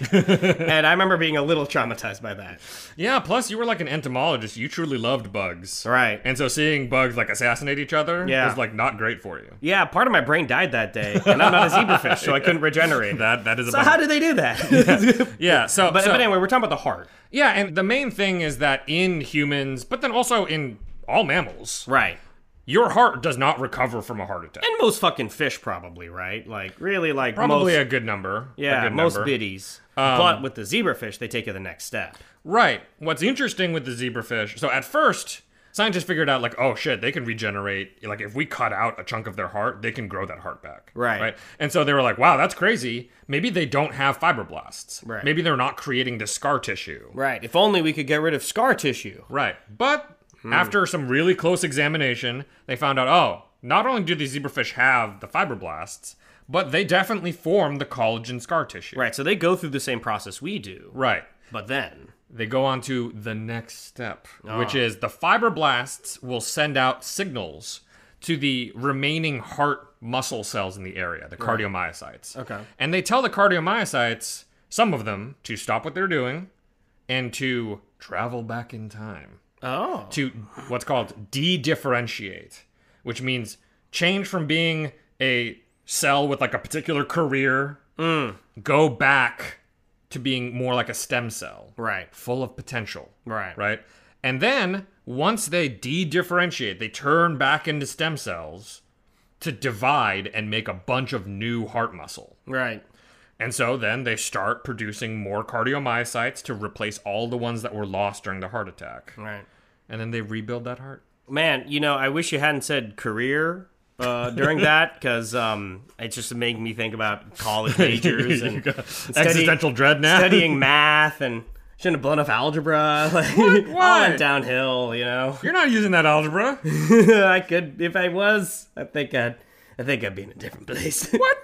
Speaker 4: and I remember being a little traumatized by that.
Speaker 5: Yeah. Plus, you were like an entomologist. You truly loved bugs,
Speaker 4: Right.
Speaker 5: And so seeing bugs like assassinate each other
Speaker 4: Yeah.
Speaker 5: was like not great for you.
Speaker 4: Yeah, part of my brain died that day, and I'm not a zebrafish, so I
Speaker 5: [LAUGHS]
Speaker 4: couldn't regenerate.
Speaker 5: That that is a
Speaker 4: So
Speaker 5: bummer.
Speaker 4: how do they do that?
Speaker 5: [LAUGHS] yeah. So
Speaker 4: [LAUGHS] but,
Speaker 5: so-
Speaker 4: but anyway, we're talking about the heart.
Speaker 5: yeah. And the main thing is that in humans, but then also in all mammals,
Speaker 4: Right.
Speaker 5: your heart does not recover from a heart attack.
Speaker 4: And most fucking fish probably, right? Like really like
Speaker 5: Probably
Speaker 4: most,
Speaker 5: a good number. a
Speaker 4: yeah,
Speaker 5: good
Speaker 4: most
Speaker 5: number. Um,
Speaker 4: biddies. but with the zebrafish, they take it the next step.
Speaker 5: Right. What's interesting with the zebrafish, so at first, scientists figured out like, oh shit, they can regenerate. Like if we cut out a chunk of their heart, they can grow that heart back.
Speaker 4: Right.
Speaker 5: Right. And so they were like, wow, that's crazy. Maybe they don't have fibroblasts.
Speaker 4: Right.
Speaker 5: Maybe they're not creating the scar tissue.
Speaker 4: Right. If only we could get rid of scar tissue.
Speaker 5: Right. But
Speaker 4: Hmm.
Speaker 5: after some really close examination, they found out, oh, not only do these zebrafish have the fibroblasts, but they definitely form the collagen scar tissue.
Speaker 4: Right. So they go through the same process we do.
Speaker 5: Right.
Speaker 4: But then.
Speaker 5: they go on to the next step, which is the fibroblasts will send out signals to the remaining heart muscle cells in the area, the cardiomyocytes.
Speaker 4: Okay.
Speaker 5: And they tell the cardiomyocytes, some of them, to stop what they're doing and to travel back in time
Speaker 4: Oh.
Speaker 5: to what's called de-differentiate, which means change from being a cell with like a particular career,
Speaker 4: Mm.
Speaker 5: go back to being more like a stem cell,
Speaker 4: Right.
Speaker 5: Full of potential,
Speaker 4: Right.
Speaker 5: Right. And then once they de-differentiate, they turn back into stem cells to divide and make a bunch of new heart muscle.
Speaker 4: Right.
Speaker 5: And so then they start producing more cardiomyocytes to replace all the ones that were lost during the heart attack.
Speaker 4: Right.
Speaker 5: And then they rebuild that heart.
Speaker 4: Man, you know, I wish you hadn't said career uh, during that because um, it just made me think about college majors
Speaker 5: [LAUGHS] You
Speaker 4: and
Speaker 5: got
Speaker 4: study-
Speaker 5: existential dread now.
Speaker 4: studying math and shouldn't have blown up algebra. [LAUGHS] Like, what? All
Speaker 5: Why?
Speaker 4: went downhill, you know.
Speaker 5: [LAUGHS] You're not using that algebra.
Speaker 4: [LAUGHS] I could, if I was, I think I'd, I think I'd be in a different place. [LAUGHS] What?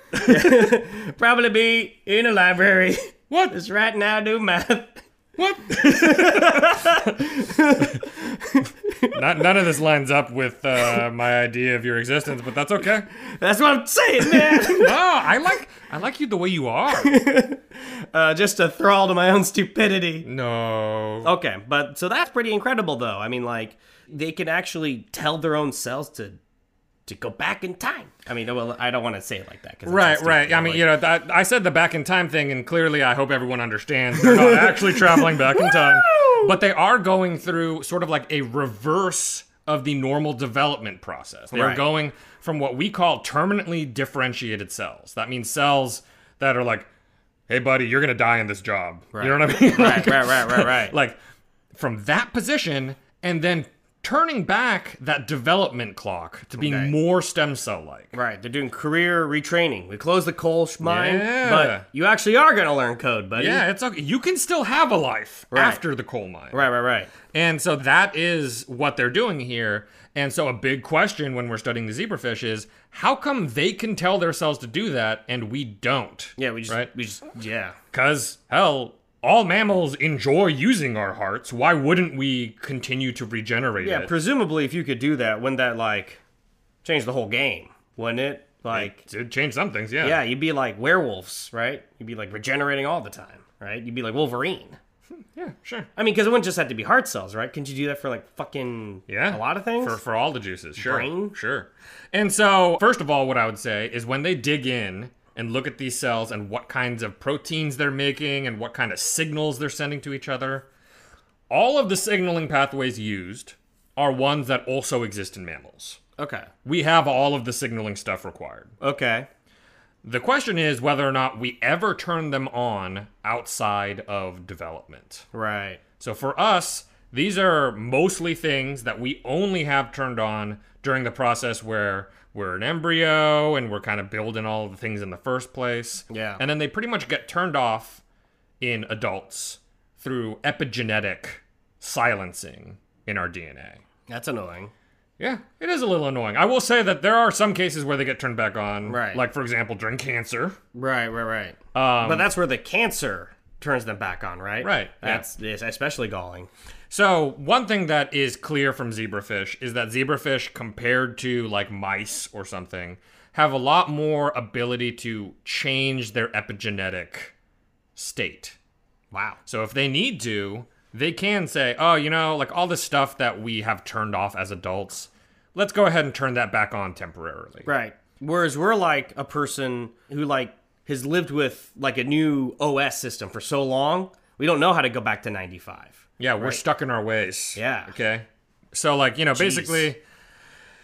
Speaker 4: [LAUGHS] Probably be in a library.
Speaker 5: What?
Speaker 4: Just right now, do math.
Speaker 5: What? not, none of this lines up with uh, [LAUGHS] my idea of your existence, but that's okay.
Speaker 4: That's what I'm saying,
Speaker 5: [LAUGHS]
Speaker 4: man.
Speaker 5: No, I like I like you the way you are.
Speaker 4: uh, just a thrall to my own stupidity.
Speaker 5: No.
Speaker 4: Okay, but so that's pretty incredible, though. I mean, like they can actually tell their own cells to to go back in time. I mean, well, I don't want to say it like that. 'cause that's
Speaker 5: Right,
Speaker 4: stupid,
Speaker 5: right. I
Speaker 4: but,
Speaker 5: mean,
Speaker 4: like-
Speaker 5: you know, that, I said the back in time thing, and clearly, I hope everyone understands
Speaker 4: [LAUGHS]
Speaker 5: they're not actually traveling back in time, but they are going through sort of like a reverse of the normal development process. They're
Speaker 4: Right.
Speaker 5: going from what we call terminally differentiated cells. That means cells that are like, "Hey, buddy, you're gonna die in this job." You know what I mean?
Speaker 4: right, right, right, right, right.
Speaker 5: [LAUGHS] like from that position and then turning back that development clock to being
Speaker 4: Okay.
Speaker 5: more stem cell like.
Speaker 4: Right, they're doing career retraining. We close the coal sh- mine,
Speaker 5: Yeah.
Speaker 4: but you actually are going to learn code, buddy.
Speaker 5: Yeah, it's okay. You can still have a life
Speaker 4: Right.
Speaker 5: after the coal mine.
Speaker 4: Right, right, right.
Speaker 5: And so that is what they're doing here. And so a big question when we're studying the zebrafish is how come they can tell their cells to do that and we don't?
Speaker 4: Yeah, we just,
Speaker 5: right?
Speaker 4: we just, yeah.
Speaker 5: Cuz hell, all mammals enjoy using our hearts. Why wouldn't we continue to regenerate
Speaker 4: Yeah,
Speaker 5: it?
Speaker 4: presumably if you could do that, wouldn't that like change the whole game? Wouldn't it? Like,
Speaker 5: It changed some things, yeah.
Speaker 4: yeah, you'd be like werewolves, right? You'd be like regenerating all the time, right? You'd be like Wolverine.
Speaker 5: Yeah, sure.
Speaker 4: I mean, because it wouldn't just have to be heart cells, right? Couldn't you do that for like fucking
Speaker 5: Yeah.
Speaker 4: a lot of things?
Speaker 5: For, for all the juices, sure.
Speaker 4: Brain?
Speaker 5: Sure. And so, first of all, what I would say is when they dig in and look at these cells and what kinds of proteins they're making and what kind of signals they're sending to each other, all of the signaling pathways used are ones that also exist in mammals.
Speaker 4: okay,
Speaker 5: We have all of the signaling stuff required.
Speaker 4: okay,
Speaker 5: The question is whether or not we ever turn them on outside of development.
Speaker 4: right,
Speaker 5: So for us, these are mostly things that we only have turned on during the process where we're an embryo and we're kind of building all of the things in the first place.
Speaker 4: Yeah.
Speaker 5: And then they pretty much get turned off in adults through epigenetic silencing in our DNA.
Speaker 4: that's annoying.
Speaker 5: Yeah, it is a little annoying. I will say that there are some cases where they get turned back on.
Speaker 4: Right.
Speaker 5: Like, for example, during cancer.
Speaker 4: Right, right, right. but that's where the cancer turns them back on, right?
Speaker 5: Um, Right, yeah.
Speaker 4: That's it's especially galling.
Speaker 5: So one thing that is clear from zebrafish is that zebrafish, compared to like mice or something, have a lot more ability to change their epigenetic state.
Speaker 4: Wow.
Speaker 5: So if they need to, they can say, "Oh, you know, like all the stuff that we have turned off as adults, let's go ahead and turn that back on temporarily."
Speaker 4: Right. Whereas we're like a person who like has lived with like a new OS system for so long, we don't know how to go back to 95.
Speaker 5: Yeah, we're stuck in our ways.
Speaker 4: Yeah.
Speaker 5: Okay. So like, you know, basically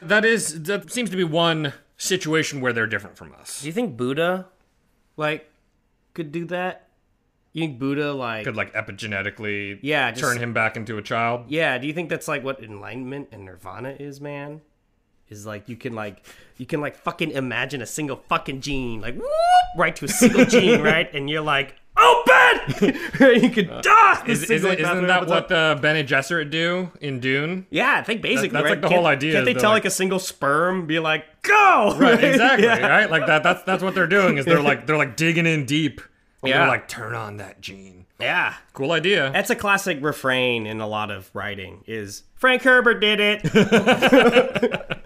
Speaker 5: that is that seems to be one situation where they're different from us.
Speaker 4: Do you think Buddha like could do that? You think Buddha like
Speaker 5: could like epigenetically
Speaker 4: Yeah, just-
Speaker 5: turn him back into a child.
Speaker 4: Yeah, do you think that's like what enlightenment and nirvana is, man? Is like you can like you can like fucking imagine a single fucking gene, like whoop, right to a
Speaker 5: [LAUGHS]
Speaker 4: single gene, right? And you're like, open, [LAUGHS] you could die.
Speaker 5: Is, is, not that what the Bene Gesserit do in
Speaker 4: [LAUGHS]
Speaker 5: Dune?
Speaker 4: Yeah, I think basically
Speaker 5: that's, like,
Speaker 4: right?
Speaker 5: the
Speaker 4: Can't-
Speaker 5: whole idea
Speaker 4: Can't
Speaker 5: is
Speaker 4: they
Speaker 5: they're
Speaker 4: tell
Speaker 5: like-
Speaker 4: like, a single sperm be like, go? Right, [LAUGHS]
Speaker 5: Exactly,
Speaker 4: Yeah.
Speaker 5: right? Like that that's that's what they're doing is they're like they're like digging in deep. And
Speaker 4: Yeah.
Speaker 5: They're like turn on that gene.
Speaker 4: yeah.
Speaker 5: Cool idea.
Speaker 4: That's a classic refrain in a lot of writing. Is Frank Herbert did it?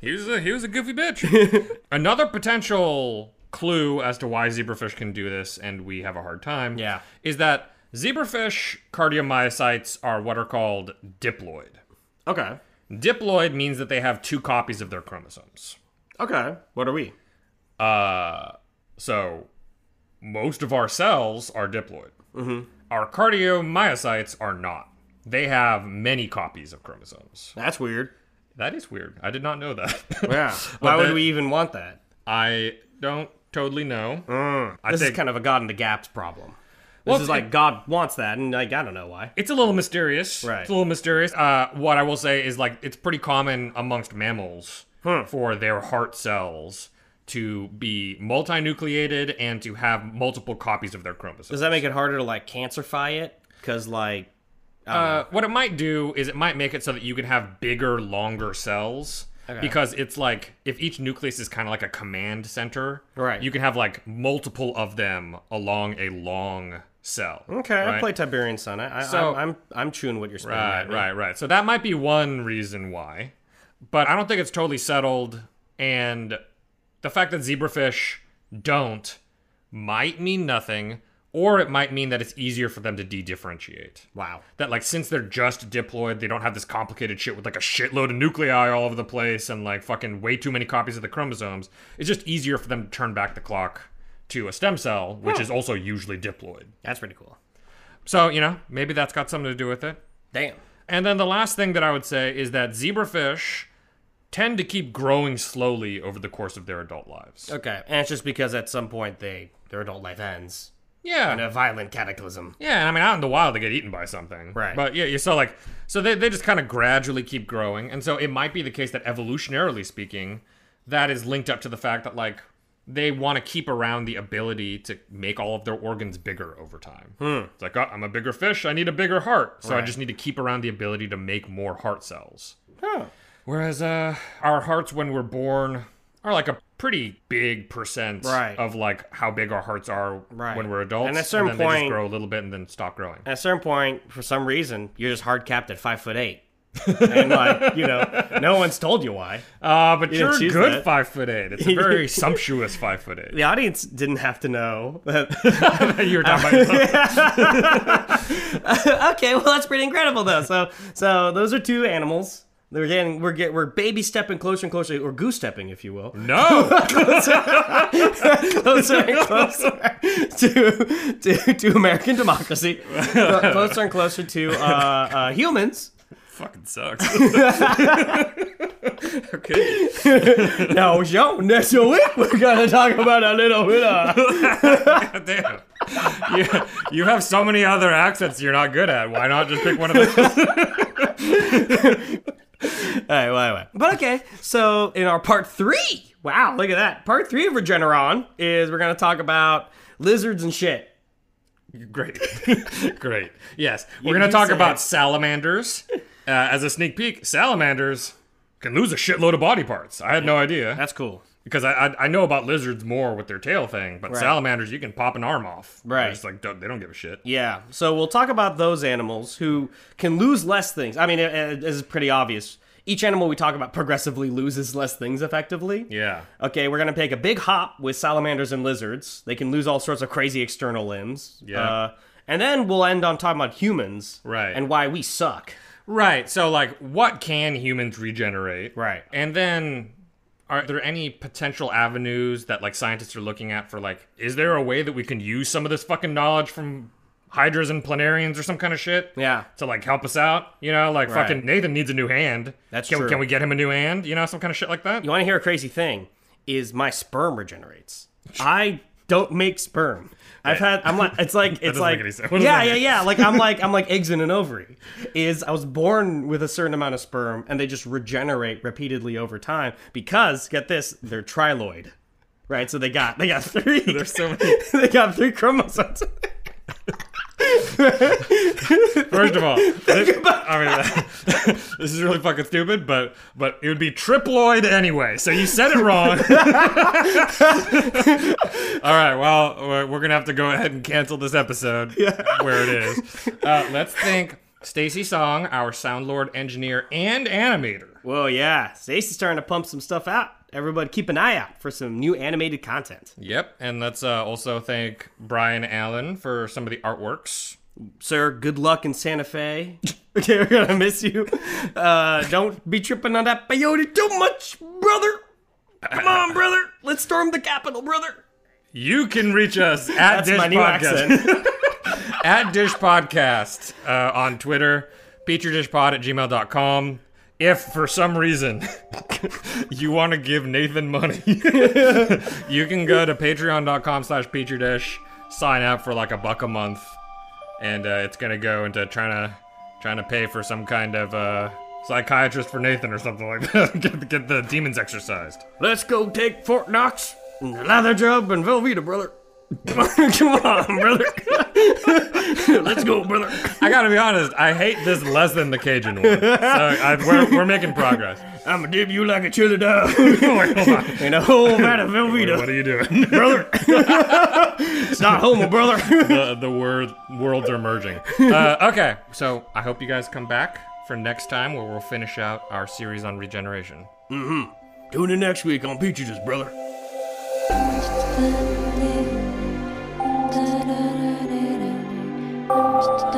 Speaker 5: He was a he was a goofy bitch.
Speaker 4: [LAUGHS]
Speaker 5: Another potential clue as to why zebrafish can do this and we have a hard time
Speaker 4: Yeah.
Speaker 5: is that zebrafish cardiomyocytes are what are called diploid.
Speaker 4: [LAUGHS] okay,
Speaker 5: Diploid means that they have two copies of their chromosomes.
Speaker 4: okay. What are we?
Speaker 5: Uh, so most of our cells are diploid.
Speaker 4: Mm-hmm.
Speaker 5: Our cardiomyocytes are not. They have many copies of chromosomes.
Speaker 4: That's weird.
Speaker 5: That is weird. I did not know that.
Speaker 4: [LAUGHS] Yeah.
Speaker 5: But
Speaker 4: Why would
Speaker 5: that-
Speaker 4: we even want that?
Speaker 5: I don't totally know. I
Speaker 4: Mm. This
Speaker 5: think
Speaker 4: is kind of a God in the gaps problem. This
Speaker 5: Well,
Speaker 4: is like God wants that, and like I don't know why.
Speaker 5: it's a little mysterious.
Speaker 4: Right.
Speaker 5: It's a little mysterious. Uh, what I will say is like it's pretty common amongst mammals for their heart cells to be multinucleated and to have multiple copies of their chromosomes.
Speaker 4: Does that make it harder to like cancerfy it? Because like
Speaker 5: Uh, what it might do is it might make it so that you can have bigger, longer cells. Because it's like if each nucleus is kind of like a command center,
Speaker 4: Right.
Speaker 5: You can have like multiple of them along a long cell.
Speaker 4: okay, I
Speaker 5: right?
Speaker 4: play Tiberian Sun. I, I,
Speaker 5: So-
Speaker 4: I'm, I'm I'm chewing what you're spitting.
Speaker 5: Right,
Speaker 4: at me.
Speaker 5: right, right. So that might be one reason why, but I don't think it's totally settled. And the fact that zebrafish don't might mean nothing, or it might mean that it's easier for them to de-differentiate.
Speaker 4: Wow.
Speaker 5: That like since they're just diploid, they don't have this complicated shit with like a shitload of nuclei all over the place and like fucking way too many copies of the chromosomes. It's just easier for them to turn back the clock to a stem cell, which is also usually diploid.
Speaker 4: That's pretty cool.
Speaker 5: So you know maybe that's got something to do with it.
Speaker 4: Damn.
Speaker 5: And then the last thing that I would say is that zebrafish tend to keep growing slowly over the course of their adult lives.
Speaker 4: Okay, and it's just because at some point they their adult life ends
Speaker 5: Yeah.
Speaker 4: in a violent cataclysm.
Speaker 5: Yeah, and I mean, out in the wild, they get eaten by something.
Speaker 4: Right.
Speaker 5: But yeah, you saw like, so they, they just kind of gradually keep growing. And so it might be the case that evolutionarily speaking, that is linked up to the fact that like they want to keep around the ability to make all of their organs bigger over time.
Speaker 4: Hmm.
Speaker 5: It's like, oh, I'm a bigger fish. I need a bigger heart. So I just need to keep around the ability to make more heart cells. Whereas uh, our hearts when we're born are like a pretty big percent
Speaker 4: Right.
Speaker 5: of like how big our hearts are
Speaker 4: Right.
Speaker 5: when we're adults.
Speaker 4: And at a certain
Speaker 5: then they just
Speaker 4: point-
Speaker 5: grow a little bit and then stop growing.
Speaker 4: At a certain point, for some reason, you're just hard capped at five foot eight. and like you know, no one's told you why.
Speaker 5: Uh, but
Speaker 4: You
Speaker 5: you
Speaker 4: didn't
Speaker 5: are a
Speaker 4: choose
Speaker 5: good
Speaker 4: that.
Speaker 5: five foot
Speaker 4: [LAUGHS]
Speaker 5: eight. It's a very sumptuous five foot eight.
Speaker 4: The audience didn't have to know that.
Speaker 5: [LAUGHS] you were talking about
Speaker 4: [LAUGHS] okay, well that's pretty incredible though. So so those are two animals. We're getting we're get we're baby stepping closer and closer, or goose stepping, if you will.
Speaker 5: [LAUGHS] no. [LAUGHS]
Speaker 4: closer and closer to, to, to American democracy, Clo- closer and closer to uh, uh, humans.
Speaker 5: Fucking sucks. [LAUGHS] okay.
Speaker 4: [LAUGHS] Now, Joe, next week we're going to talk about a little bit
Speaker 5: [LAUGHS]
Speaker 4: of.
Speaker 5: Damn. You, you have so many other accents you're not good at. Why not just pick one of
Speaker 4: [LAUGHS]
Speaker 5: those? [LAUGHS]
Speaker 4: All right, well, anyway. But okay, so in our part three, wow, look at that. Part three of Regeneron is we're going to talk about lizards and shit.
Speaker 5: Great. [LAUGHS] Great. Yes. We're
Speaker 4: You-
Speaker 5: going
Speaker 4: you
Speaker 5: to talk
Speaker 4: said
Speaker 5: about
Speaker 4: it.
Speaker 5: salamanders. Uh, as a sneak peek, salamanders can lose a shitload of body parts. I had no idea.
Speaker 4: That's cool.
Speaker 5: because I, I I know about lizards more with their tail thing, but
Speaker 4: Right.
Speaker 5: salamanders you can pop an arm off. They're
Speaker 4: Right.
Speaker 5: just like don't, they don't give a shit.
Speaker 4: Yeah, so we'll talk about those animals who can lose less things. I mean, it, it- this is pretty obvious. Each animal we talk about progressively [LAUGHS] loses less things effectively.
Speaker 5: Yeah.
Speaker 4: Okay, we're gonna take a big hop with salamanders and lizards. They can lose all sorts of crazy external limbs.
Speaker 5: Yeah.
Speaker 4: Uh, and then we'll end on talking about humans,
Speaker 5: Right.
Speaker 4: And why we suck.
Speaker 5: Right. So like, what can humans regenerate?
Speaker 4: Right.
Speaker 5: And then, are there any potential avenues that like scientists are looking at for like, is there a way that we can use some of this fucking knowledge from hydras and planarians or some kind of shit?
Speaker 4: Yeah.
Speaker 5: To like help us out, you know, like
Speaker 4: Right.
Speaker 5: fucking Nathan needs a new hand.
Speaker 4: That's
Speaker 5: can,
Speaker 4: true.
Speaker 5: Can we get him a new hand? You know, some kind of shit like that.
Speaker 4: You want to hear a crazy thing? Is my sperm regenerates? I don't make sperm. I've had. I'm like.
Speaker 5: [LAUGHS]
Speaker 4: It's like. It's
Speaker 5: doesn't
Speaker 4: like.
Speaker 5: make any sense. What does
Speaker 4: yeah,
Speaker 5: that
Speaker 4: yeah,
Speaker 5: mean?
Speaker 4: yeah. Like
Speaker 5: [LAUGHS]
Speaker 4: I'm like I'm like eggs in an ovary. Is I was born with a certain amount of sperm, and they just regenerate repeatedly over time because get this, they're triloid, right? So they got they got
Speaker 5: [LAUGHS]
Speaker 4: three. There's
Speaker 5: so many-
Speaker 4: [LAUGHS] they got three chromosomes.
Speaker 5: First
Speaker 4: [LAUGHS]
Speaker 5: of all, this, I mean, [LAUGHS] this is really fucking stupid, but but it would be triploid anyway. So you said it
Speaker 4: [LAUGHS]
Speaker 5: wrong. [LAUGHS] all right, well, we're, we're gonna have to go ahead and cancel this episode where it is. Uh, let's thank Stacy Song, our sound lord, engineer, and animator.
Speaker 4: Whoa, yeah. Stacey's starting to pump some stuff out. Everybody, keep an eye out for some new animated content.
Speaker 5: Yep, and let's uh, also thank Brian Allen for some of the artworks.
Speaker 4: sir. Good luck in Santa Fe. [LAUGHS] okay, we're gonna miss you. Uh, don't be tripping on that peyote too much, brother. Come on, brother. Let's storm the Capitol, brother.
Speaker 5: You can reach us at
Speaker 4: That's
Speaker 5: Dish
Speaker 4: my new
Speaker 5: Podcast. [LAUGHS]
Speaker 4: accent.
Speaker 5: at Dish Podcast uh, on Twitter, featuredishpod at gmail.com. If for some reason [LAUGHS] you want to give Nathan money, [LAUGHS] you can go to patreon.com slash featuredish, sign up for like a buck a month, and uh, it's going to go into trying to trying to pay for some kind of uh, psychiatrist for Nathan or something like that. [LAUGHS] get, get the demons exercised.
Speaker 4: Let's go take Fort Knox and the leather job and Velveeta, brother. Come on, [LAUGHS] come on, brother. Let's go, brother.
Speaker 5: I got to be honest, I hate this less than the Cajun one. So I, we're, we're making progress.
Speaker 4: I'ma dip you like a chili dog [LAUGHS]
Speaker 5: Wait, hold on.
Speaker 4: in a whole vat of
Speaker 5: What
Speaker 4: Velveeta,
Speaker 5: are you doing?
Speaker 4: brother. [LAUGHS] it's not homo, brother. [LAUGHS]
Speaker 5: the the word, worlds are merging. Uh, okay, so I hope you guys come back for next time where we'll finish out our series on regeneration.
Speaker 4: Tune in next week on Peaches, brother.
Speaker 8: Da da da da da da da da da